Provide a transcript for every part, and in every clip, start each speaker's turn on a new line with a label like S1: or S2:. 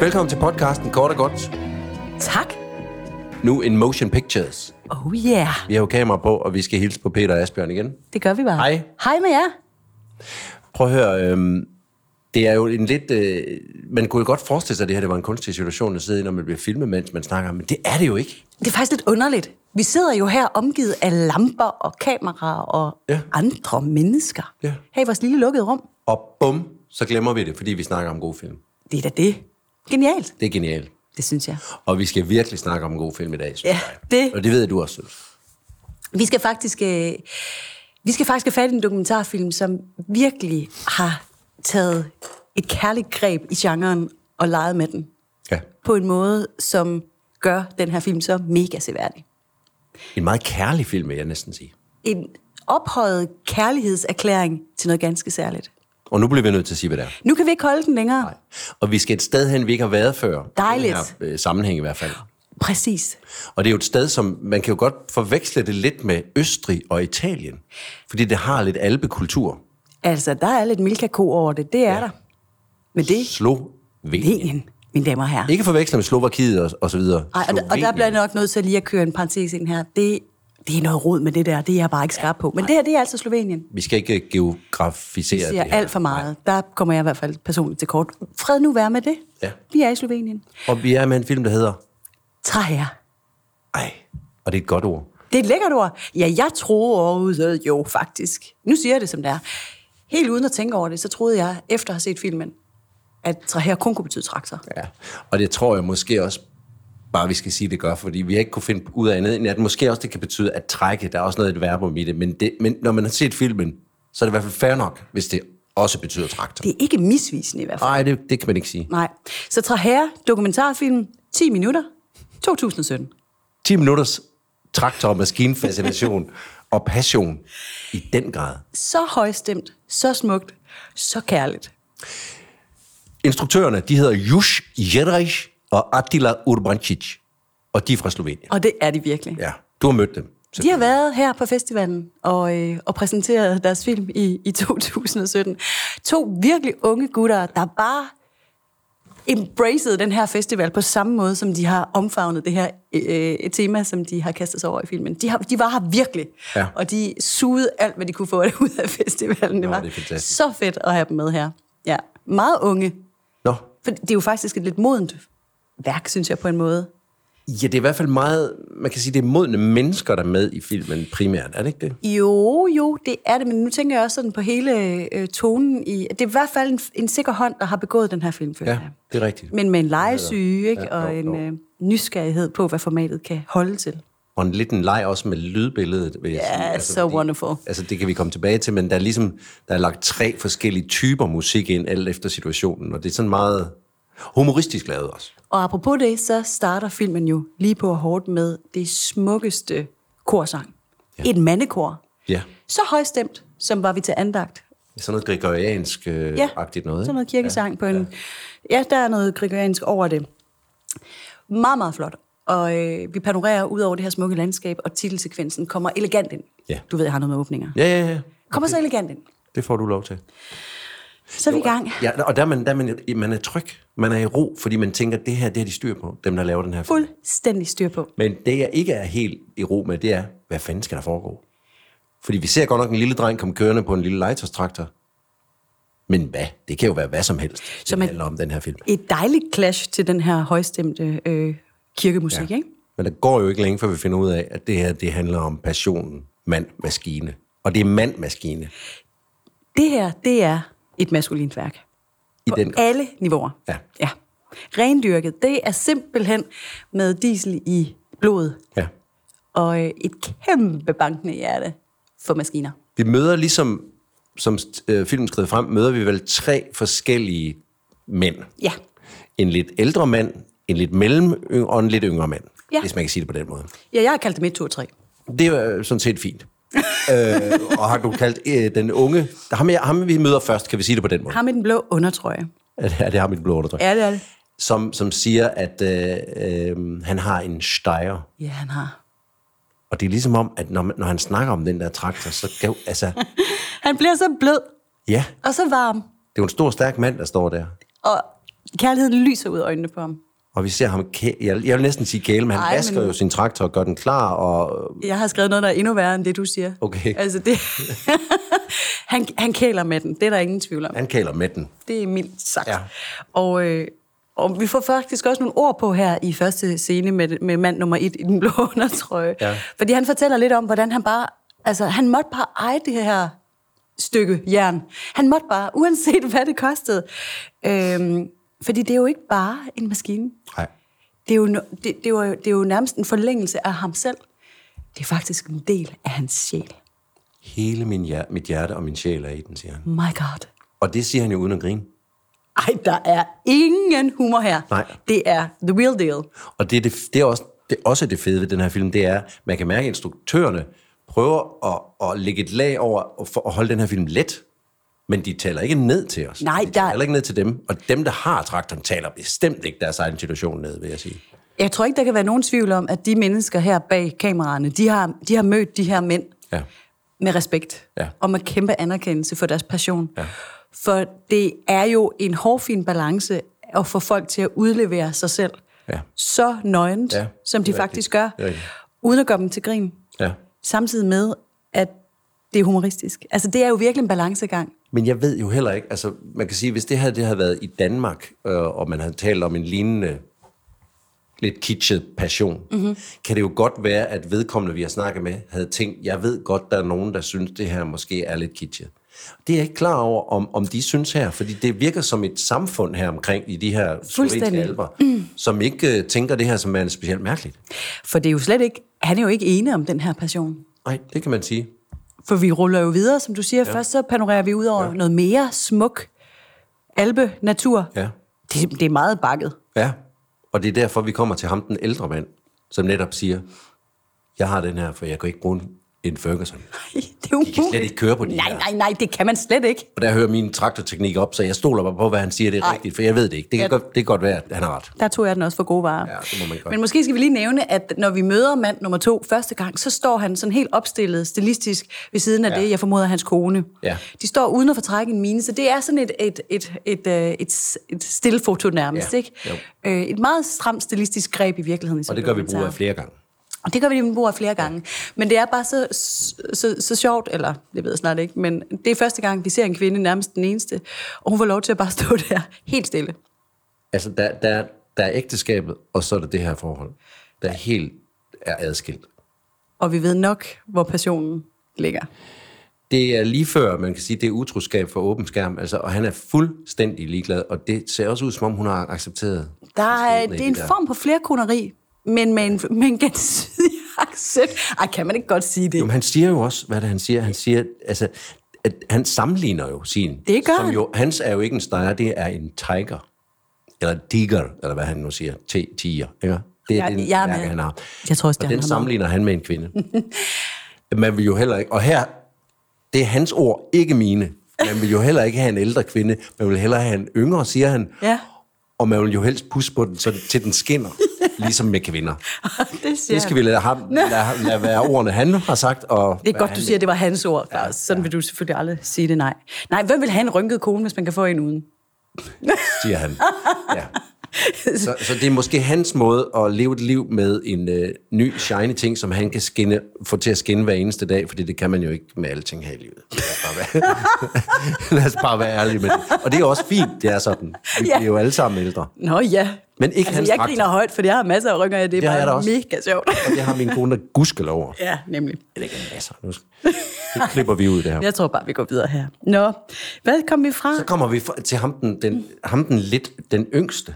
S1: Velkommen til podcasten Kort og Godt.
S2: Tak.
S1: Nu in motion pictures.
S2: Oh yeah.
S1: Vi har jo kamera på, og vi skal hilse på Peter og Asbjørn igen.
S2: Det gør vi bare.
S1: Hej.
S2: Hej med jer.
S1: Prøv at høre, øhm, det er jo en lidt... Øh, man kunne jo godt forestille sig, at det her det var en kunstig situation at sidde i, når man bliver filmet, mens man snakker, men det er det jo ikke.
S2: Det er faktisk lidt underligt. Vi sidder jo her omgivet af lamper og kameraer og
S1: Ja.
S2: ja. andre mennesker.
S1: Ja.
S2: Her i vores lille lukkede rum.
S1: Og bum, så glemmer vi det, fordi vi snakker om god film.
S2: Det er da det. Genialt,
S1: Det er genialt.
S2: det synes jeg.
S1: Og vi skal virkelig snakke om en god film i dag, synes
S2: Ja,
S1: jeg.
S2: det-
S1: Og det ved jeg, du også synes.
S2: Vi skal faktisk, øh, vi skal faktisk have fat i en dokumentarfilm, som virkelig har taget et kærligt greb i genren og leget med den
S1: Ja.
S2: på en måde, som gør den her film så mega seværdig.
S1: En meget kærlig film, vil jeg næsten sige.
S2: En ophøjet kærlighedserklæring til noget ganske særligt.
S1: Og nu bliver vi nødt til at sige, hvad det er.
S2: Nu kan vi ikke holde den længere.
S1: Nej. Og vi skal et sted hen, vi ikke har været før. i
S2: Dejligt.
S1: den Her, øh, sammenhæng i hvert fald.
S2: Præcis.
S1: Og det er jo et sted, som man kan jo godt forveksle det lidt med Østrig og Italien. Fordi det har lidt albekultur.
S2: Altså, der er lidt Milka Ko over det. Det er ja. der. Men det er
S1: Slovenien.
S2: Slovenien, mine damer og herrer.
S1: Ikke forveksle med Slovakiet og, og så videre.
S2: Ej, og, der- og der bliver jeg nok nødt til lige at køre en parentes ind her. Det, det er noget rod med det der. Det er jeg bare ikke skarp på. Men det her, det er altså Slovenien.
S1: Vi skal ikke geografisere
S2: Det
S1: det,
S2: siger
S1: her.
S2: alt for meget. Der kommer jeg i hvert fald personligt til kort. Fred nu være med det.
S1: Ja.
S2: Vi er i Slovenien.
S1: Og vi er med en film, der hedder...
S2: Træer.
S1: Ej, og det er et godt ord.
S2: Det er et lækkert ord. Ja, jeg troede jo faktisk. Nu siger jeg det, som det er. Helt uden at tænke over det, så troede jeg, efter at have set filmen, at træer kun kunne betyde traktor.
S1: Ja. Og det tror jeg måske også bare, vi skal sige, det gør, fordi vi har ikke kunne finde ud af andet, end at måske også det kan betyde at trække. Der er også noget et verbum i det, men, det, men når man har set filmen, så er det i hvert fald fair nok, hvis det også betyder traktor.
S2: Det er ikke misvisende i hvert fald.
S1: Nej, det, det kan man ikke sige.
S2: Nej. Så Traher, dokumentarfilm, 10 minutter, 2017.
S1: 10 minutters traktor- og maskinfascination og passion i den grad.
S2: Så højstemt, så smukt, så kærligt.
S1: Instruktørerne, de hedder Juš Jedrich og Attila Urbancic, og de er fra Slovenien.
S2: Og det er de virkelig.
S1: Ja, du har mødt dem. Så
S2: De har været her på festivalen og, øh, og præsenteret deres film i, i 2017. To virkelig unge gutter, der bare embraced den her festival på samme måde, som de har omfavnet det her øh, tema, som de har kastet sig over i filmen. De, har, de var her virkelig,
S1: Ja.
S2: og de sugede alt, hvad de kunne få ud af festivalen. Det
S1: Nå,
S2: var
S1: det er fantastisk.
S2: så fedt at have dem med her. Ja, meget unge.
S1: Nå,
S2: For det er jo faktisk et lidt modent værk, synes jeg på en måde.
S1: ja, det er i hvert fald meget, man kan sige, det er modne mennesker, der er med i filmen primært, er det ikke det?
S2: Jo, jo, det er det, men nu tænker jeg også sådan på hele øh, tonen i... Det er i hvert fald en, en sikker hånd, der har begået den her film, føler
S1: Ja,
S2: jeg.
S1: det er rigtigt.
S2: Men med en legesyge, ikke?
S1: Ja,
S2: og
S1: jo,
S2: en
S1: jo.
S2: øh, nysgerrighed på, hvad formatet kan holde til.
S1: Og en lidt en leg også med lydbilledet, vil jeg
S2: Ja,
S1: sige.
S2: so
S1: fordi-
S2: wonderful.
S1: Altså, det kan vi komme tilbage til, men der er ligesom, der er lagt tre forskellige typer musik ind, alt efter situationen, og det er sådan meget humoristisk lavet også.
S2: Og apropos det, så starter filmen jo lige på og hårdt med det smukkeste korsang. Ja. Et mandekor.
S1: Ja,
S2: Så højstemt, som var vi til andagt.
S1: sådan noget gregoriansk-agtigt noget.
S2: sådan
S1: ikke?
S2: noget kirkesang ja, på en... Ja. ja, der er noget gregoriansk over det. Meget, meget flot. Og øh, vi panorerer ud over det her smukke landskab, og titelsekvensen kommer elegant ind.
S1: Ja.
S2: Du ved, jeg har noget med åbninger.
S1: Ja, ja, ja.
S2: Kommer så elegant ind.
S1: Det får du lov til.
S2: Så er vi i gang.
S1: Ja, og der er man, der er man, man er tryg. Man er i ro, fordi man tænker, det her, det har de styr på, dem der laver den her film.
S2: Fuldstændig styr på.
S1: Men det, jeg ikke er helt i ro med, det er, hvad fanden skal der foregå? Fordi vi ser godt nok en lille dreng komme kørende på en lille legetøjstraktor. Men hvad? Det kan jo være hvad som helst,
S2: Så
S1: som
S2: man-
S1: man... handler om den her film.
S2: Et dejligt clash til den her højstemte øh, kirkemusik, ja. ikke?
S1: Men der går jo ikke længe, før vi finder ud af, at det her, det handler om passionen, mand, maskine. Og det er mand, maskine.
S2: Det her, det er et maskulint værk.
S1: I
S2: På
S1: den grad.
S2: alle niveauer.
S1: Ja.
S2: ja. Rendyrket, det er simpelthen med diesel i blodet.
S1: Ja.
S2: og øh, et kæmpe bankende hjerte for maskiner.
S1: Vi møder ligesom, som øh, filmen skrev frem, møder vi vel tre forskellige mænd.
S2: Ja,
S1: En lidt ældre mand, en lidt mellem og en lidt yngre mand.
S2: Ja.
S1: Hvis man kan sige det på den måde.
S2: ja jeg har kaldt det midt 2 og 3.
S1: Det er jo sådan set fint. øh, og har du kaldt øh, den unge... Ham, jeg, ham vi møder først, kan vi sige det på den måde.
S2: Ham med den blå undertrøje.
S1: Er det, er det ham i den blå undertrøj?
S2: Ja, det er det.
S1: Som, som siger, at øh, øh, han har en stejer.
S2: Ja, han har.
S1: Og det er ligesom om, at når, man- når han snakker om den der traktor, så gav, altså,
S2: Han bliver så blød
S1: ja,
S2: og så varm.
S1: det er jo en stor, stærk mand, der står der.
S2: Og Kærligheden lyser ud af øjnene på ham.
S1: Og vi ser ham, kæ- jeg, jeg vil næsten sige kæle, men han
S2: Ej,
S1: Ej, vasker
S2: men-
S1: men... jo sin traktor og gør den klar, og
S2: Jeg har skrevet noget, der er endnu værre end det, du siger.
S1: Okay.
S2: Altså det... han, han kæler med den, det er der ingen tvivl om.
S1: han kæler med den.
S2: Det er mildt sagt.
S1: Ja.
S2: Og, øh, og vi får faktisk også nogle ord på her i første scene med, med mand nummer et i den blå undertrøje.
S1: Ja.
S2: Fordi han fortæller lidt om, hvordan han bare... Altså, han måtte bare eje det her stykke jern. Han måtte bare, uanset hvad det kostede. Øhm, fordi det er jo ikke bare en maskine.
S1: Nej.
S2: Det er, jo, no- det, det, var, jo- det er jo nærmest en forlængelse af ham selv. Det er faktisk en del af hans sjæl.
S1: Hele min hjer- mit hjerte og min sjæl er i den, siger han.
S2: My God.
S1: Og det siger han jo uden at grine.
S2: Ej, der er ingen humor her.
S1: Nej.
S2: Det er the real deal.
S1: Og det er, det, det, er også, det er også det fede ved den her film, det er, man kan mærke, at instruktørerne prøver at, at lægge et lag over og for at holde den her film let. Men de taler ikke ned til os.
S2: Nej,
S1: de taler
S2: der-
S1: heller ikke ned til dem. Og dem, der har traktoren, taler bestemt ikke deres egen situation ned, vil jeg sige.
S2: Jeg tror ikke, der kan være nogen tvivl om, at de mennesker her bag kameraerne, de har, de har mødt de her mænd
S1: Ja.
S2: med respekt
S1: Ja.
S2: og med kæmpe anerkendelse for deres passion.
S1: Ja.
S2: For det er jo en hårfin balance at få folk til at udlevere sig selv
S1: Ja.
S2: så nøgent,
S1: Ja,
S2: som de
S1: det er
S2: faktisk
S1: rigtigt.
S2: gør,
S1: Det er rigtigt.
S2: uden at gøre dem til grin.
S1: Ja.
S2: Samtidig med, at det er humoristisk. Altså, det er jo virkelig en balancegang.
S1: Men jeg ved jo heller ikke, altså man kan sige, hvis det her det havde været i Danmark, øh, og man havde talt om en lignende, lidt kitschet passion, mm-hmm. kan det jo godt være, at vedkommende, vi har snakket med, havde tænkt, jeg ved godt, der er nogen, der synes, det her måske er lidt kitschet. Det er jeg ikke klar over, om, om de synes her, fordi det virker som et samfund her omkring i de her
S2: Fuldstændig.
S1: slovenske alber, mm. som ikke øh, tænker det her som er specielt mærkeligt.
S2: For det er jo slet ikke, han er jo ikke ene om den her passion.
S1: Nej, det kan man sige.
S2: For vi ruller jo videre, som du siger. Ja. Først så panorerer vi ud over ja. noget mere smuk alpe-natur.
S1: Ja.
S2: Det, det er meget bakket.
S1: Ja, og det er derfor, vi kommer til ham, den ældre mand, som netop siger, jeg har den her, for jeg kan ikke bruge en Ferguson.
S2: Det er umuligt.
S1: slet ikke køre på de
S2: Nej,
S1: her.
S2: nej, nej, det kan man slet ikke.
S1: Og der hører min traktorteknik op, så jeg stoler bare på, hvad han siger, det er
S2: Ej.
S1: rigtigt, for jeg ved det ikke. Det kan,
S2: Ja.
S1: godt, det kan godt være, at han har ret.
S2: Der tog jeg den også for gode varer.
S1: Ja, det må man godt.
S2: Men måske skal vi lige nævne, at når vi møder mand nummer to første gang, så står han sådan helt opstillet stilistisk ved siden af ja. det, jeg formoder, hans kone.
S1: Ja.
S2: De står uden at fortrække en mine, så det er sådan et, et, et, et, øh, et, et, et stillfoto nærmest,
S1: Ja.
S2: ikke?
S1: Jo.
S2: Øh, et meget stramt stilistisk greb i virkeligheden. i
S1: Og
S2: sådan
S1: det
S2: en
S1: gør vi brug
S2: dokumentar.
S1: af flere gange.
S2: Og det gør vi nemlig brug af flere gange. Men det er bare så, så, så sjovt, eller det ved jeg snart ikke, men det er første gang, vi ser en kvinde, nærmest den eneste, og hun får lov til at bare stå der helt stille.
S1: Altså, der, der, der er ægteskabet, og så er der det her forhold, der helt er adskilt.
S2: Og vi ved nok, hvor passionen ligger.
S1: Det er lige før, man kan sige, det er utroskab for åben skærm, altså, og han er fuldstændig ligeglad, og det ser også ud, som om hun har accepteret.
S2: Der er,
S1: skæbne i
S2: det er en
S1: der.
S2: form for flerkoneri, men med en, med en gensidig accept. Ej, kan man ikke godt sige det?
S1: Jo, men han siger jo også, hvad er det han siger. Han siger, altså, at han sammenligner jo sin.
S2: Det gør
S1: som
S2: han.
S1: Jo, hans er jo ikke en steger, det er en tiger. Eller digger, eller hvad han nu siger. T- tiger, ikke? Det er
S2: Jeg-
S1: den
S2: jeg er
S1: mærke,
S2: med.
S1: han har.
S2: Jeg tror også, det er
S1: og
S2: han,
S1: den
S2: han har.
S1: sammenligner han med en kvinde. Man vil jo heller ikke, og her, det er hans ord, ikke mine. Man vil jo heller ikke have en ældre kvinde, man vil hellere have en yngre, siger han.
S2: Ja.
S1: Og man vil jo helst pusse på den, så, til den skinner, ligesom med kvinder.
S2: det, siger
S1: Det skal vi lade, ham, lade, lade være ordene, han har sagt. Og
S2: Det er godt,
S1: hvad
S2: du
S1: han-
S2: siger, at det var hans ord. Ja, Sådan vil du selvfølgelig aldrig sige det, nej. Nej, hvem vil have en rynket kone, hvis man kan få en uden?
S1: Siger han. Ja. Så, så det er måske hans måde at leve et liv med en øh, ny, shiny ting, som han kan skinne, få til at skinne hver eneste dag, fordi det kan man jo ikke med alle ting her i livet. Lad os bare være, Lad os bare være ærlige med det. Og det er også fint, det er sådan. Vi
S2: Ja.
S1: bliver jo alle sammen ældre.
S2: Nå ja.
S1: Men ikke
S2: altså,
S1: hans
S2: jeg
S1: dragt.
S2: griner højt, for jeg har masser af rynker, og det er
S1: Det har jeg da
S2: bare
S1: også.
S2: mega sjovt.
S1: Og det har min kone der gudskel over.
S2: ja, nemlig.
S1: Eller ikke masser. Nu skal- Det klipper vi ud, det her.
S2: Jeg tror bare, vi går videre her. Nå, hvad kom vi fra?
S1: Så kommer vi fra- til ham den, den, ham den lidt den yngste.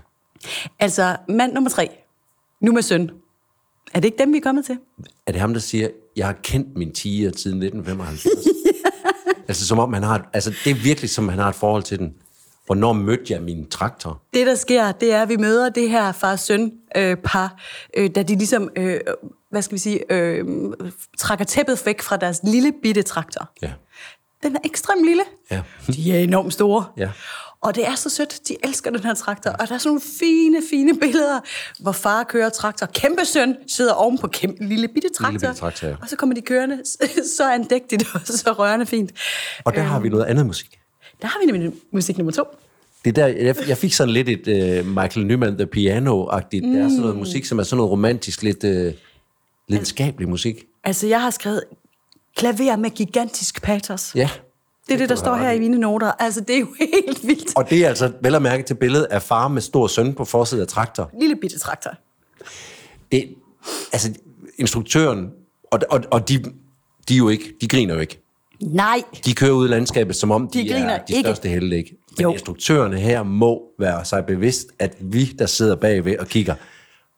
S2: Altså, mand nummer tre. Nu med søn. Er det ikke dem, vi er kommet til?
S1: er det ham, der siger, jeg har kendt min tiger siden 1975? altså, som om han har, altså, det er virkelig, som han har et forhold til den. Hvornår mødte jeg min traktor?
S2: Det, der sker, det er, at vi møder det her far-søn-par, øh, par, øh, da de ligesom, øh, hvad skal vi sige, øh, trækker tæppet væk fra deres lille bitte traktor.
S1: Ja.
S2: Den er ekstremt lille.
S1: Ja.
S2: De er enormt store.
S1: Ja.
S2: Og det er så sødt. De elsker den her traktor. Og der er sådan nogle fine, fine billeder, hvor far kører traktor. Kæmpe søn sidder oven på kæmpe, lille bitte traktor.
S1: bitte traktor, ja.
S2: Og så kommer de kørende. Så andægtigt og så rørende fint.
S1: Og der har vi noget andet musik.
S2: Der har vi nemlig musik nummer to.
S1: Det er der, jeg, jeg fik sådan lidt et øh, Michael Nyman The Piano-agtigt. Mm. Der er sådan noget musik, som er sådan noget romantisk, lidt øh, lidenskabelig musik.
S2: Altså, jeg har skrevet klaver med gigantisk patos.
S1: Ja.
S2: Det er det, der
S1: du
S2: står
S1: har
S2: her i mine noter. Altså, det er jo helt vildt.
S1: Og det er altså vel at mærke til billedet af far med stor søn på forsiden af traktor.
S2: Lille bitte traktor.
S1: Det, altså, instruktøren, og, og, og de, de, er jo ikke, de griner jo ikke.
S2: Nej.
S1: De kører ud i landskabet, som om de,
S2: De
S1: de er
S2: griner
S1: de
S2: ikke.
S1: største helte, ikke? Men
S2: Jo.
S1: jo. instruktørerne her må være sig bevidst, at vi, der sidder bagved og kigger,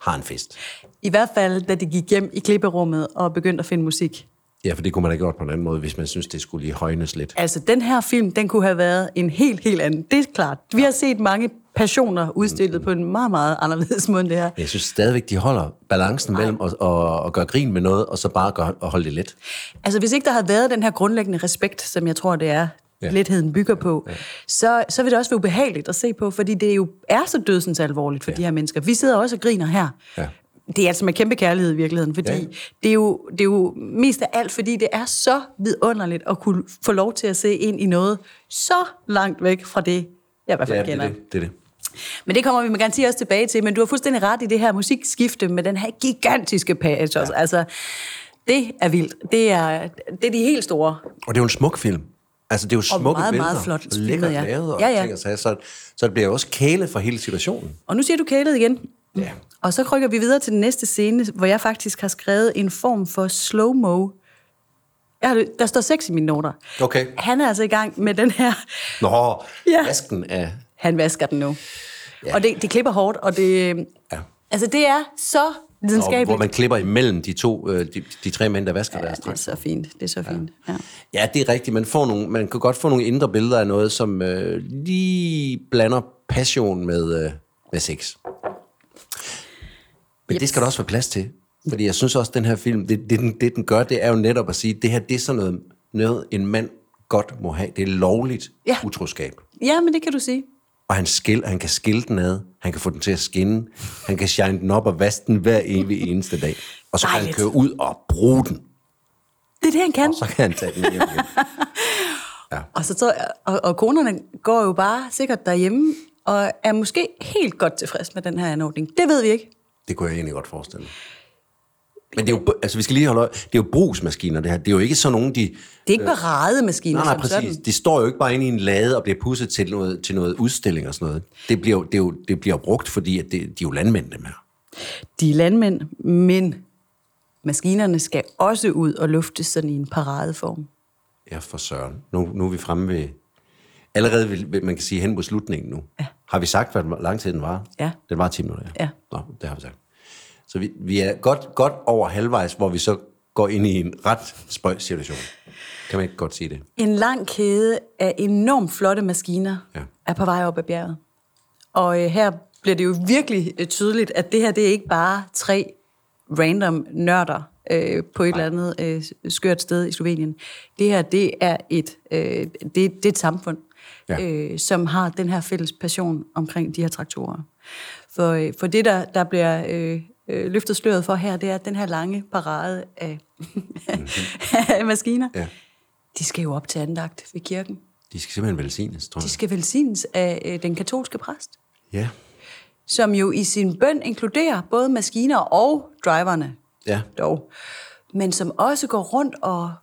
S1: har en fest.
S2: I hvert fald, da de gik hjem i klipperummet og begyndte at finde musik.
S1: Ja, for det kunne man have gjort på en anden måde, hvis man synes, det skulle lige højnes lidt.
S2: Altså, den her film, den kunne have været en helt, helt anden. Det er klart. Vi har set mange passioner udstillet på en meget, meget anderledes måde, end det her.
S1: Men jeg synes stadigvæk, de holder balancen mellem at, at, at gøre grin med noget, og så bare gøre, at holde det let.
S2: Altså, hvis ikke der havde været den her grundlæggende respekt, som jeg tror, det er, ja.
S1: Ja.
S2: letheden bygger på, så, så vil det også være ubehageligt at se på, fordi det jo er så dødsens alvorligt for ja. de her mennesker. Vi sidder også og griner her.
S1: Ja.
S2: Det er altså med kæmpe kærlighed i virkeligheden, fordi
S1: Ja.
S2: det, er jo, det er jo mest af alt, fordi det er så vidunderligt at kunne få lov til at se ind i noget så langt væk fra det, jeg i hvert fald
S1: Ja, det
S2: kender.
S1: er det. det, er det.
S2: Men det kommer vi med garanti også tilbage til. Men du har fuldstændig ret i det her musikskifte med den her gigantiske pathos. Ja. Altså, det er vildt. Det er, det er de helt store.
S1: Og det er jo en smuk film. Altså, det er jo smukke
S2: meget,
S1: billeder,
S2: meget flot
S1: og lækkert
S2: filmet, ja.
S1: lavet, og
S2: Ja, ja.
S1: Ting og sager, så, så det bliver jo også kæle for hele situationen.
S2: Og nu siger du kælet igen.
S1: Ja.
S2: Og så krykker vi videre til den næste scene, hvor jeg faktisk har skrevet en form for slow-mo. Jeg har, der står seks i mine noter.
S1: Okay.
S2: Han er altså i gang med den her...
S1: Nå,
S2: Ja.
S1: ja. vasken af...
S2: Han vasker den nu. Ja. Og det, det klipper hårdt, og det...
S1: Ja.
S2: Altså, det er så
S1: Og,
S2: videnskabeligt.
S1: hvor man klipper imellem de to, øh, de, de tre mænd, der vasker ja,
S2: ja,
S1: deres
S2: det er
S1: dragt.
S2: så fint. Det er så fint. Ja.
S1: Ja, det er rigtigt. Man, får nogle, man kan godt få nogle indre billeder af noget, som øh, lige blander passion med, øh, med sex. Men yes. det skal der også være plads til. Fordi jeg synes også, at den her film, det, det, den, det den gør, det er jo netop at sige, det her det er sådan noget, noget en mand godt må have. Det er lovligt
S2: Ja.
S1: ja. utroskab.
S2: ja, men det kan du sige.
S1: Og han, skil, han kan skille den ad, han kan få den til at skinne, han kan shine den op og vaske den hver evig eneste dag. Og så kan han
S2: Dejligt.
S1: køre ud og bruge den,
S2: Det er det, han kan.
S1: så kan han tage den hjem igen.
S2: Og, så, tror jeg- og, og konerne går jo bare sikkert derhjemme, og er måske helt godt tilfreds med den her anordning. Det ved vi ikke.
S1: Det kunne jeg egentlig godt forestille mig. Men det er jo, altså vi skal lige holde øje, det er jo brugsmaskiner det her. Det er jo ikke sådan nogen, de...
S2: Det er ikke parademaskiner
S1: Nej, Øh. nej,
S2: som
S1: præcis.
S2: sådan.
S1: De står jo ikke bare inde i en lade og bliver pudset til noget, til noget udstilling og sådan noget. Det bliver jo, det er jo, det bliver jo brugt, fordi at det, de er jo landmænd, dem her.
S2: De er landmænd, men maskinerne skal også ud og luftes sådan i en paradeform.
S1: Ja, for søren. Nu, nu er vi fremme ved... Allerede, ved, ved- man kan sige, hen mod slutningen nu. Ja. Har vi sagt, hvor lang tid den var?
S2: Ja.
S1: Den var 10 minutter,
S2: Ja.
S1: Nå, det har vi sagt. Så vi, vi er godt, godt over halvvejs, hvor vi så går ind i en ret spøjs situation. Kan man ikke godt sige det?
S2: En lang kæde af enormt flotte maskiner ja.
S1: Ja.
S2: er på vej op ad bjerget. Og øh, her bliver det jo virkelig øh, tydeligt, at det her det er ikke bare tre random nørder øh, på et Nej. eller andet øh, skørt sted i Slovenien. Det her det er et, øh, det, det er et samfund, ja.
S1: Ja.
S2: øh, som har den her fælles passion omkring de her traktorer. For, øh, for det, der, der bliver øh, øh, løftet sløret for her, det er den her lange parade af, af maskiner.
S1: Mhm. Ja.
S2: De skal jo op til andagt ved kirken.
S1: De skal simpelthen velsignes, tror
S2: De
S1: jeg.
S2: skal velsignes af øh, den katolske præst,
S1: Ja.
S2: som jo i sin bøn inkluderer både maskiner og driverne
S1: Ja.
S2: dog, men som også går rundt og,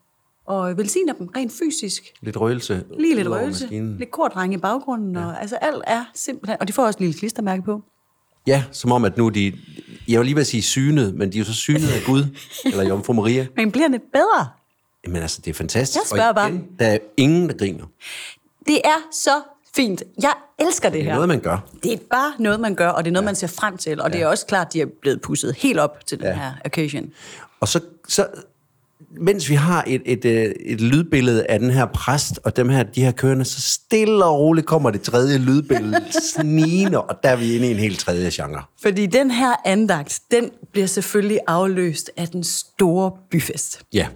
S2: og velsigner dem rent fysisk.
S1: Lidt røgelse.
S2: Lige lidt
S1: ud over
S2: røgelse,
S1: maskinen.
S2: lidt kordreng i baggrunden, ja. og altså alt er simpelthen... Og de får også et lille klistermærke på.
S1: Ja, som om, at nu er de... Jeg vil lige ved at sige synet, men de er jo så synet af Gud, eller Jomfru Maria.
S2: Men bliver det bedre?
S1: Jamen altså, det er fantastisk.
S2: Jeg spørger
S1: Og igen, Der er ingen, der griner.
S2: Det er så fint. Jeg elsker det
S1: Det er
S2: her.
S1: ja. noget, man gør.
S2: Det er bare noget, man gør, og det er noget, man ser frem til. Og ja. det er også klart, de er blevet pusset helt op til den ja.
S1: Ja.
S2: her occasion.
S1: Og så, så mens vi har et, et, øh, et lydbillede af den her præst og dem her, de her kørende, så stille og roligt kommer det tredje lydbillede snigende, og der er vi inde i en helt tredje genre.
S2: Fordi den her andagt, den bliver selvfølgelig afløst af den store byfest.
S1: Ja,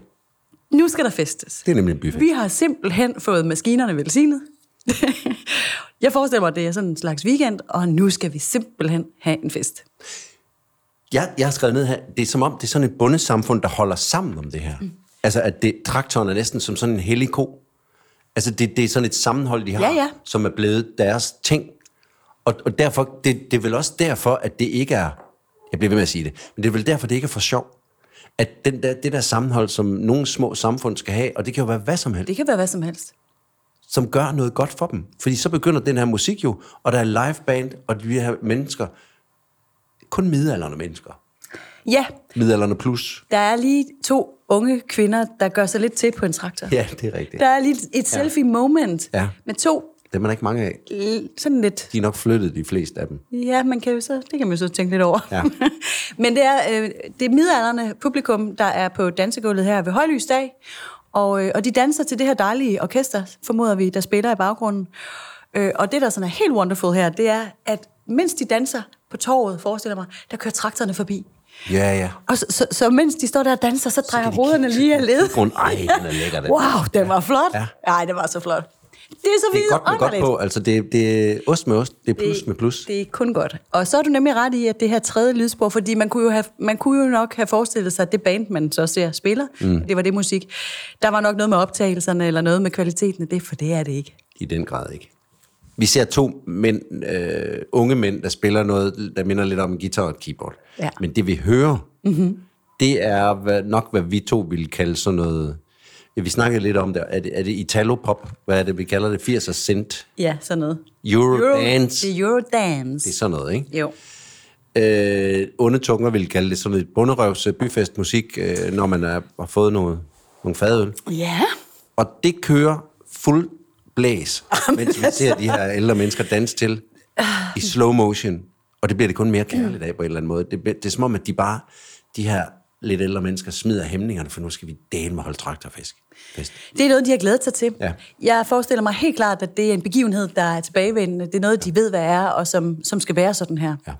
S2: Nu skal der festes.
S1: det er nemlig en byfest.
S2: Vi har simpelthen fået maskinerne velsignet. Jeg forestiller mig, at det er sådan en slags weekend, og nu skal vi simpelthen have en fest.
S1: Jeg, jeg har skrevet ned her, det er som om, det er sådan et bundesamfund, der holder sammen om det her. Mm. Altså, at det, traktoren er næsten som sådan en hellig ko. Altså, det, det er sådan et sammenhold, de har,
S2: Ja, ja.
S1: som er blevet deres ting. Og, og derfor, det, det er vel også derfor, at det ikke er... Jeg bliver ved med at sige det. Men det er vel derfor, det ikke er for sjov. At den der, det der sammenhold, som nogle små samfund skal have, og det kan jo være hvad som helst,
S2: Det kan være hvad som helst.
S1: som gør noget godt for dem. Fordi så begynder den her musik jo, og der er live band, og vi har mennesker. Kun midalderne mennesker.
S2: Ja,
S1: Midalderne plus.
S2: der er lige to unge kvinder, der gør sig lidt til på en traktor.
S1: Ja, det er rigtigt.
S2: Der er lige et selfie moment
S1: Ja.
S2: med to
S1: Det er man ikke mange af.
S2: l- sådan lidt
S1: De er nok flyttet, de fleste af dem.
S2: Ja, man kan jo så, det kan man jo så tænke lidt over.
S1: Ja.
S2: Men det er øh, det er midalderne publikum, der er på dansegulvet her ved Højlysdag, og, øh, og de danser til det her dejlige orkester, formoder vi, der spiller i baggrunden. Øh, og det, der sådan er helt wonderful her, det er, at mens de danser på torvet, forestiller mig, der kører traktorerne forbi.
S1: Ja, ja.
S2: Og så, så, så mens de står der og danser, så drejer
S1: kan de
S2: hovederne
S1: kigge
S2: lige
S1: til
S2: af led.
S1: grund. Ej, den er lækker, den.
S2: Wow, den var flot.
S1: Ja.
S2: Nej, ja. det var så flot. Det er så
S1: Det er
S2: vidunderligt.
S1: godt med godt på. Altså, det, det er ost med ost. Det er plus med plus.
S2: Det er kun godt. Og så er du nemlig ret i, at det her tredje lydspor, fordi man kunne jo, have, man kunne jo nok have forestillet sig, at det band, man så ser spiller, mm. det var det musik. Der var nok noget med optagelserne, eller noget med kvaliteten af det, for det er det ikke.
S1: I den grad ikke. Vi ser to mænd, øh, unge mænd, der spiller noget, der minder lidt om en guitar og et keyboard.
S2: Ja. Mhm.
S1: Men det vi hører, mm-hmm. det er hvad, nok, hvad vi to ville kalde sådan noget... Ja, vi snakkede lidt om det. Er det, er det Italo-pop? Hvad er det, vi kalder det? 80'er synth?
S2: Ja, sådan noget.
S1: Eurodance?
S2: Det er Eurodance.
S1: Det er sådan noget, ikke?
S2: Jo.
S1: øh, onde tunger ville kalde det sådan et bunderøvs øh, byfestmusik, øh, når man er, har fået noget, nogle fadøl.
S2: Ja.
S1: Og det kører fuld blæs, mens vi ser de her ældre mennesker danse til i slow motion. Og det bliver det kun mere kærligt af på en eller anden måde. Det, bliver- det er som om, at de bare, de her lidt ældre mennesker, smider hæmningerne, for nu skal vi dele med holde traktorfisk. Fest.
S2: Det er noget, de har glædet sig til.
S1: Ja.
S2: Jeg forestiller mig helt klart, at det er en begivenhed, der er tilbagevendende. Det er noget, de ved, hvad er, og som, som skal være sådan her.
S1: Ja.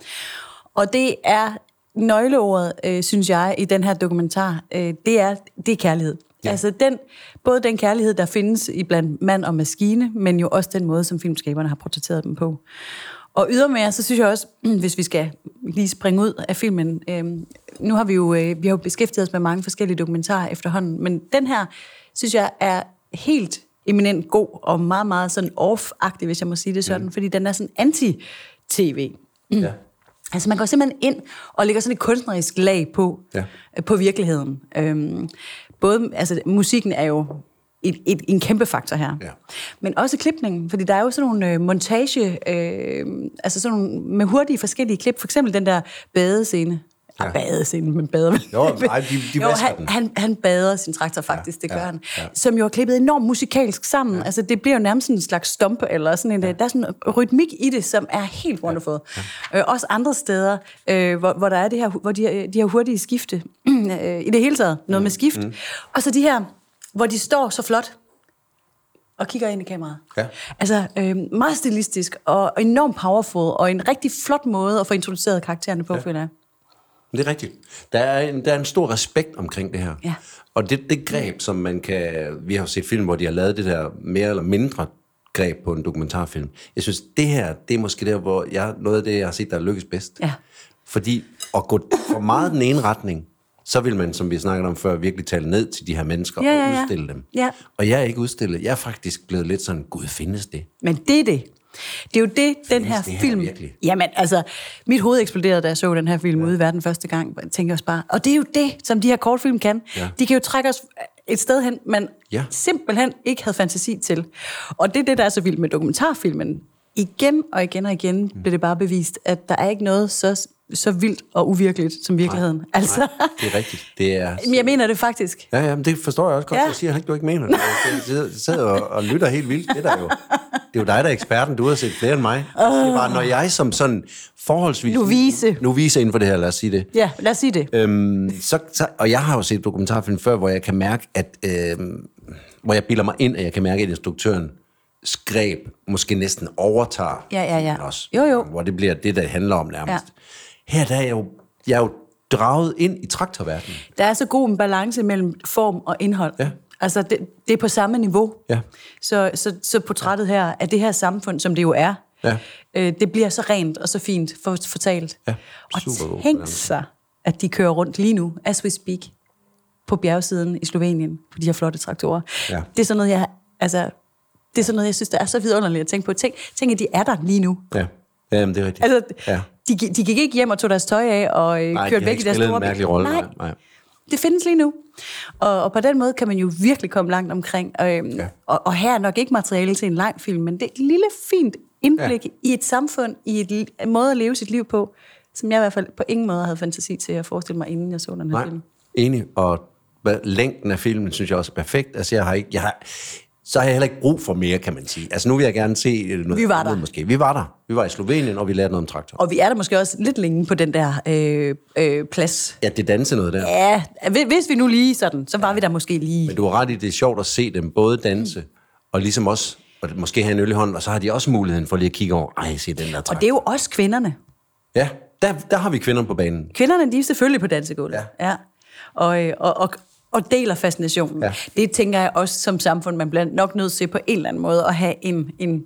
S2: Og det er nøgleordet, øh, synes jeg, i den her dokumentar. Øh, det, er, det er kærlighed. Ja. Altså den, både den kærlighed, der findes i blandt mand og maskine, men jo også den måde, som filmskaberne har portrætteret dem på. Og ydermere, så synes jeg også, hvis vi skal lige springe ud af filmen, øh, nu har vi jo, øh, vi har jo beskæftiget os med mange forskellige dokumentarer efterhånden, men den her, synes jeg, er helt eminent god og meget, meget sådan off-agtig, hvis jeg må sige det sådan, mm. fordi den er sådan anti-tv.
S1: Ja.
S2: Altså man går simpelthen ind og lægger sådan et kunstnerisk lag på,
S1: Ja.
S2: ja. på virkeligheden. Øhm, både, altså musikken er jo et, et, en kæmpe faktor her.
S1: Ja.
S2: Men også klipningen, fordi der er jo sådan nogle øh, montage, øh, altså sådan nogle, med hurtige forskellige klip. For eksempel den der badescene. Ja. Ah, badescene, men bader vel.
S1: Jo, nej, de- de vasker
S2: han,
S1: den.
S2: han, han bader sin traktor faktisk, ja, det gør
S1: ja,
S2: ja, han.
S1: ja.
S2: Ja. Som jo er klippet enormt musikalsk sammen. Ja. Altså det bliver jo nærmest sådan en slags stump, eller sådan en, ja. der er sådan en rytmik i det, som er helt wonderful. Ja. Ja. Øh, også andre steder, øh, hvor, hvor der er det her, hvor de, her- de her hurtige skifte. øh, I det hele taget, noget med skift. Mm. Og så de her, hvor de står så flot og kigger ind i kameraet.
S1: Ja.
S2: Altså, øh, meget stilistisk og enormt powerful, og en rigtig flot måde at få introduceret karaktererne på, ja. føler jeg.
S1: Men Det er rigtigt. Der er en, der er en stor respekt omkring det her.
S2: Ja.
S1: Og det, det greb, som man kan... Vi har jo set film, hvor de har lavet det der mere eller mindre greb på en dokumentarfilm. Jeg synes, det her, det er måske der, hvor jeg, noget af det, jeg har set, der er lykkes bedst.
S2: Ja.
S1: Fordi at gå for meget den ene retning, så vil man, som vi snakkede om før, virkelig tale ned til de her mennesker
S2: Ja,
S1: og
S2: ja, ja.
S1: udstille dem.
S2: Ja.
S1: Og jeg er ikke udstillet. Jeg er faktisk blevet lidt sådan, gud, findes det?
S2: Men det er det. Det er jo det, den her
S1: det her
S2: film...
S1: virkelig?
S2: Jamen, altså, mit hoved eksploderede, da jeg så den her film ude i verden første gang. Jeg tænkte også bare, og det er jo det, som de her kortfilm kan.
S1: Ja.
S2: Ja. De kan jo trække os øh, et sted hen, man
S1: Ja.
S2: ja. simpelthen ikke havde fantasi til. Og det er det, der er så vildt med dokumentarfilmen. Igen og igen og igen mm. blev det bare bevist, at der er ikke noget så, så vildt og uvirkeligt som virkeligheden. Nej. Altså,
S1: Nej, det er rigtigt. Det er
S2: Men jeg mener det faktisk.
S1: Ja, ja, men det forstår jeg også godt. Ja.
S2: Ja.
S1: Jeg siger, at du ikke mener det. Jeg sidder- sidder og, og lytter helt vildt. Det er, der jo, det er jo dig, der er eksperten. Du har set flere end mig. Jeg siger bare, når jeg som sådan forholdsvis...
S2: Novice.
S1: Novise inden for det her, lad os sige det.
S2: Ja, lad os sige det.
S1: Øhm, så, så, og jeg har jo set dokumentarfilm før, hvor jeg kan mærke, at... Øhm, hvor jeg bilder mig ind, at jeg kan mærke, at instruktøren greb måske næsten overtager.
S2: Ja, ja, ja.
S1: filmen Også,
S2: Jo, jo.
S1: Hvor det bliver det, der handler om nærmest. Ja. Her der er jeg jo, jeg er jo draget ind i traktorverdenen.
S2: Der er så god en balance mellem form og indhold.
S1: Ja.
S2: Altså, det, det er på samme niveau.
S1: Ja.
S2: Så, så, så portrættet her af det her samfund, som det jo er,
S1: Ja.
S2: øh, det bliver så rent og så fint for, fortalt.
S1: Ja,
S2: og
S1: super god
S2: tænk
S1: balance.
S2: sig, at de kører rundt lige nu, as we speak, på bjergsiden i Slovenien, på de her flotte traktorer.
S1: Ja.
S2: Det er sådan noget, jeg... Altså, Det er sådan noget, jeg synes, der er så vidunderligt at tænke på. Tænk, tænk at de er der lige nu.
S1: Ja, ja jamen, det er rigtigt.
S2: Altså,
S1: ja.
S2: ja. de, gi- de gik ikke hjem og tog deres tøj af og øh,
S1: Nej,
S2: kørte
S1: de
S2: væk
S1: har
S2: i
S1: ikke
S2: deres
S1: spillet
S2: store
S1: en
S2: bil.
S1: mærkelig rolle.
S2: Nej,
S1: Nej, nej.
S2: det findes lige nu. Og, og på den måde kan man jo virkelig komme langt omkring. Øhm, ja. og, og her er nok ikke materiale til en lang film, men det er et lille fint indblik ja. i et samfund, i et, l- en måde at leve sit liv på, som jeg i hvert fald på ingen måde havde fantasi til at forestille mig, inden jeg så den her
S1: Nej,
S2: film.
S1: enig. Og hvad- længden af filmen synes jeg også er perfekt. Altså, jeg har ikke... Jeg har, så har jeg heller ikke brug for mere, kan man sige. Altså, nu vil jeg gerne se øh, noget
S2: Vi var
S1: andet,
S2: der.
S1: måske. Vi var der. Vi var i Slovenien, og vi lærte noget om traktor.
S2: Og vi er der måske også lidt længe på den der øh, øh, plads.
S1: Ja, det danser noget der.
S2: Ja, hvis- hvis vi nu lige sådan, så var ja. vi der måske lige.
S1: Men du har ret i, det er sjovt at se dem både danse, mm. og ligesom også, og måske have en øl i hånden, og så har de også muligheden for lige at kigge over, ej, se den der
S2: Og
S1: træk.
S2: det er jo også kvinderne.
S1: Ja, der, der har vi kvinderne på banen.
S2: Kvinderne, de er selvfølgelig på dansegulvet. Ja. ja. Og, øh, og, og, og deler fascinationen.
S1: Ja.
S2: Ja. Det tænker jeg også som samfund, man bliver nok nødt til på en eller anden måde at have en, en,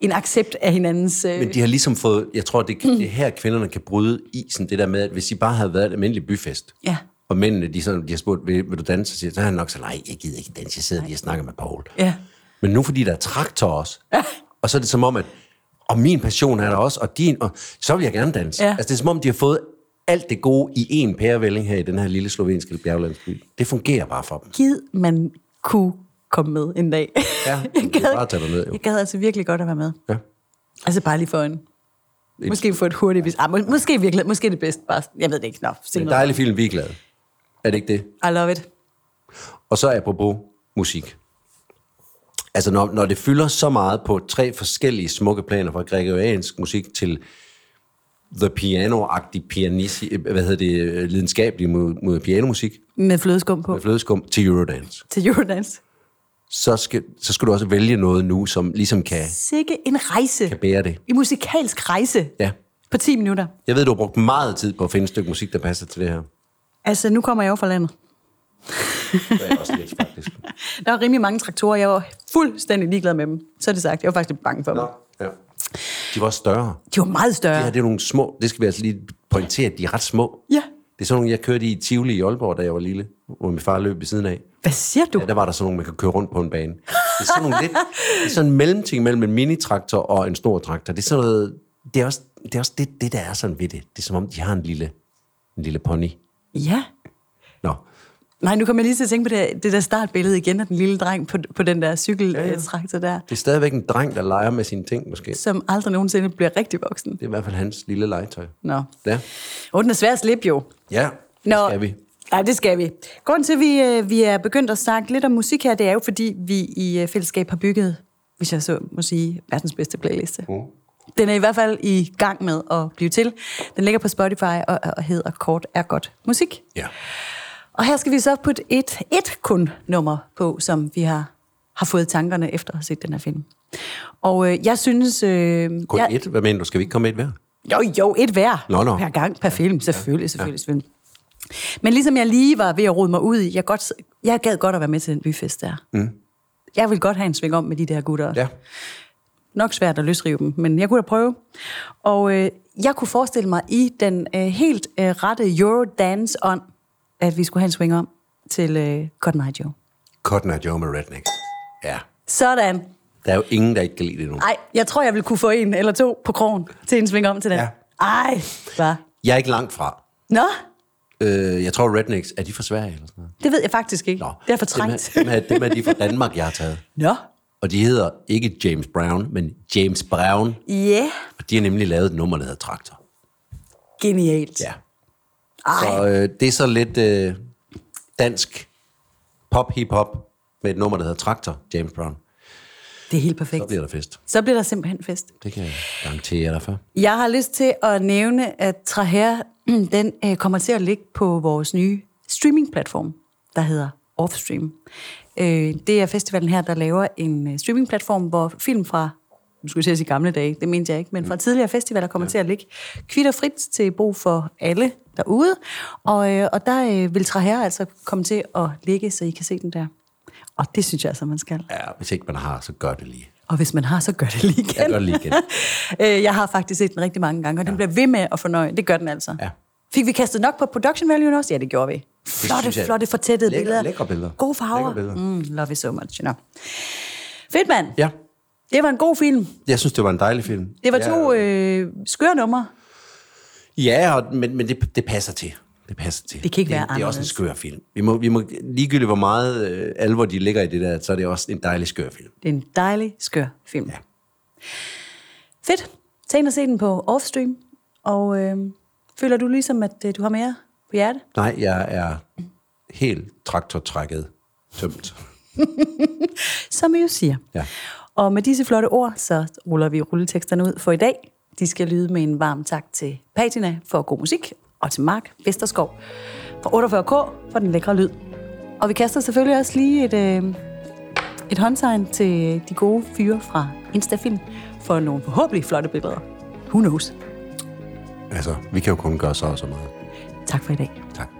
S2: en accept af hinandens... Øh,
S1: Men de har ligesom fået, jeg tror, det, det er her, kvinderne kan bryde isen, det der med, at hvis de bare havde været et almindeligt byfest,
S2: Ja.
S1: og mændene, de, sådan, de har spurgt, vil, vil du danse? Så, siger, så er han nok så, nej, jeg gider ikke danse, jeg sidder lige og snakker med Paul.
S2: Ja.
S1: Men nu fordi der er traktor også, og så er det som om, at og min passion er der også, og din, og så vil jeg gerne danse.
S2: Ja.
S1: Altså, det er som om, de har fået alt det gode i én pærevælling her i den her lille slovenske bjerglandsby. Det fungerer bare for dem.
S2: Gid man kunne komme med en dag.
S1: Ja,
S2: jeg
S1: du kan
S2: gad,
S1: bare tage dig med, jo.
S2: jeg gad altså virkelig godt at være med.
S1: Ja.
S2: Altså bare lige for en... Måske få et hurtigt... vis- Ah, må, måske virkelig, måske det bedste bare... Jeg ved det ikke. Nå,
S1: Det
S2: se
S1: er en
S2: noget.
S1: dejlig film, vi er glade. Er det ikke det?
S2: I love it.
S1: Og så apropos musik. Altså når, når det fylder så meget på tre forskellige smukke planer, fra gregoriansk musik til the piano-agtig pianisi, øh, hvad hedder det, øh, lidenskabelig mod, mod pianomusik,
S2: Med flødeskum på
S1: med flødeskum til Eurodance,
S2: til Eurodance.
S1: så skal, så skal du også vælge noget nu, som ligesom kan,
S2: Sikke en rejse.
S1: kan bære det.
S2: En musikalsk rejse.
S1: Ja.
S2: På 10 minutter.
S1: Jeg ved, du har brugt meget tid på at finde et stykke musik, der passer til det her.
S2: Altså, nu kommer jeg jo fra landet.
S1: Det er jeg også lidt, faktisk.
S2: Der var rimelig mange traktorer. Jeg var fuldstændig ligeglad med dem. Så er det sagt. Jeg var faktisk lidt bange for dem.
S1: Nå, ja. De var også større.
S2: De var meget
S1: Det
S2: større.
S1: her, det er nogle små, det skal vi altså lige pointere, at de er ret små.
S2: Ja.
S1: Det er sådan nogle, jeg kørte i Tivoli i Aalborg, da jeg var lille, hvor min far løb ved siden af.
S2: Hvad siger du?
S1: Ja, der var der sådan nogle, man kan køre rundt på en bane. Det er sådan nogle lidt, det er sådan en mellemting mellem en minitraktor og en stor traktor. Det er sådan noget, det er også det, er også det, det der er sådan ved det. Det er som om, de har en lille, en lille pony.
S2: Ja.
S1: Nå,
S2: Nej, nu kommer jeg lige til at tænke på det, det der startbillede igen af den lille dreng på, på den der
S1: ja.
S2: cykeltraktor der,
S1: det er stadigvæk en dreng, der leger med sine ting, måske. Det
S2: som aldrig nogensinde bliver rigtig voksen.
S1: er i hvert fald hans lille legetøj.
S2: Nå.
S1: Ja,
S2: Og den er svær at slippe jo.
S1: ja det
S2: Nå,
S1: skal vi.
S2: Nej, det skal vi. Grunden til, at vi, øh, vi er begyndt at snakke lidt om musik her, det er jo, fordi vi i øh, fællesskab har bygget, hvis jeg så må sige, verdens bedste playliste. Mm. Den er i hvert fald i gang med at blive til. Den ligger på Spotify og, og hedder Kort er godt musik.
S1: Ja.
S2: Og her skal vi så putte et, et kun nummer på, som vi har, har fået tankerne efter at have set den her film. Og øh, jeg synes... Øh,
S1: Kun
S2: jeg,
S1: ja. et? Hvad mener du? Skal vi ikke komme med et hver?
S2: jo, jo, et hver.
S1: Nå, nå.
S2: Per gang, per film, selvfølgelig, selvfølgelig, selvfølgelig. Men ligesom jeg lige var ved at rode mig ud i, jeg, godt, jeg gad godt at være med til den byfest der. Mm. Jeg vil godt have en sving om med de der gutter.
S1: Ja.
S2: Nok svært at løsrive dem, men jeg kunne da prøve. Og øh, jeg kunne forestille mig i den øh, helt øh, rette Eurodance-ånd, at vi skulle have en swing om til øh, Cotton Eye Joe.
S1: Cotton Eye Joe med Rednecks. Ja.
S2: Sådan.
S1: Der er jo ingen, der ikke kan lide det nu.
S2: Ej, jeg tror, jeg vil kunne få en eller to på krogen til en sving om til den.
S1: Ja.
S2: Ej, hvad?
S1: Jeg er ikke langt fra.
S2: Nå,
S1: Øh, jeg tror, Rednecks, er de fra Sverige eller sådan noget?
S2: Det ved jeg faktisk ikke. Nå, det er fortrængt.
S1: Dem er, dem, er, dem er de fra Danmark, jeg har taget.
S2: Nå.
S1: Og de hedder ikke James Brown, men James Brown.
S2: Ja, yeah.
S1: Og de har nemlig lavet et nummer, der hedder Traktor.
S2: genialt.
S1: Ja.
S2: Ej,
S1: Så øh, det er så lidt øh, dansk pop-hip-hop med et nummer, der hedder Traktor, James Brown.
S2: det er helt
S1: Så
S2: perfekt.
S1: bliver der fest.
S2: Så bliver der simpelthen fest.
S1: Det kan jeg garantere jer for.
S2: Jeg har lyst til at nævne, at Traher, den øh, kommer til at ligge på vores nye streamingplatform, der hedder Offstream. Øh, det er festivalen her, der laver en øh, streamingplatform, hvor film fra, nu skulle jeg til at sige gamle dage, det mente jeg ikke, men fra tidligere festivaler kommer ja. til at ligge kvitt og frit til brug for alle derude. Og, øh, og der øh, vil Traher altså komme til at ligge, så I kan se den der. Og det synes jeg altså, man skal.
S1: Ja, hvis ikke man har, så gør det lige.
S2: Og hvis man har, så gør det lige igen.
S1: Jeg gør det lige igen.
S2: Øh, jeg har faktisk set den rigtig mange gange, og den bliver ved med at fornøje. Det gør den altså.
S1: Ja.
S2: Fik vi kastet nok på production value også? Ja, det gjorde vi. Flotte,
S1: synes jeg.
S2: flotte, fortættede
S1: Lækre-
S2: billeder.
S1: lækre billeder.
S2: Gode farver.
S1: Lækre billeder.
S2: Mm, love you so much. You know. Fedt mand.
S1: Ja,
S2: Det var en god film.
S1: jeg synes, det var en dejlig film.
S2: Det var
S1: ja.
S2: to øh, skøre numre.
S1: Ja, og, men, men det, det passer til. Det passer til.
S2: Det kan ikke
S1: det,
S2: være
S1: Det er også en
S2: anderledes.
S1: skør film. Vi må, vi må, ligegyldigt hvor meget øh, alvor de ligger i det der, så er det også en dejlig skør film.
S2: Det er en dejlig, skør film. Ja. Fedt. Tag ind og se den på Offstream. Og øh, føler du ligesom, at øh, du har mere på hjerte?
S1: Nej, jeg er helt traktortrækket tømt.
S2: Som I jo siger.
S1: Ja.
S2: Og med disse flotte ord, så ruller vi rulleteksterne ud for i dag. De skal lyde med en varm tak til Patina for god musik, og til Mark Vesterskov fra 48K for den lækre lyd. Og vi kaster selvfølgelig også lige et, øh, et håndtegn til de gode fyre fra Instafilm for nogle forhåbentlig flotte billeder. Who knows?
S1: Altså, vi kan jo kun gøre så og så meget.
S2: Tak for i dag.
S1: Tak.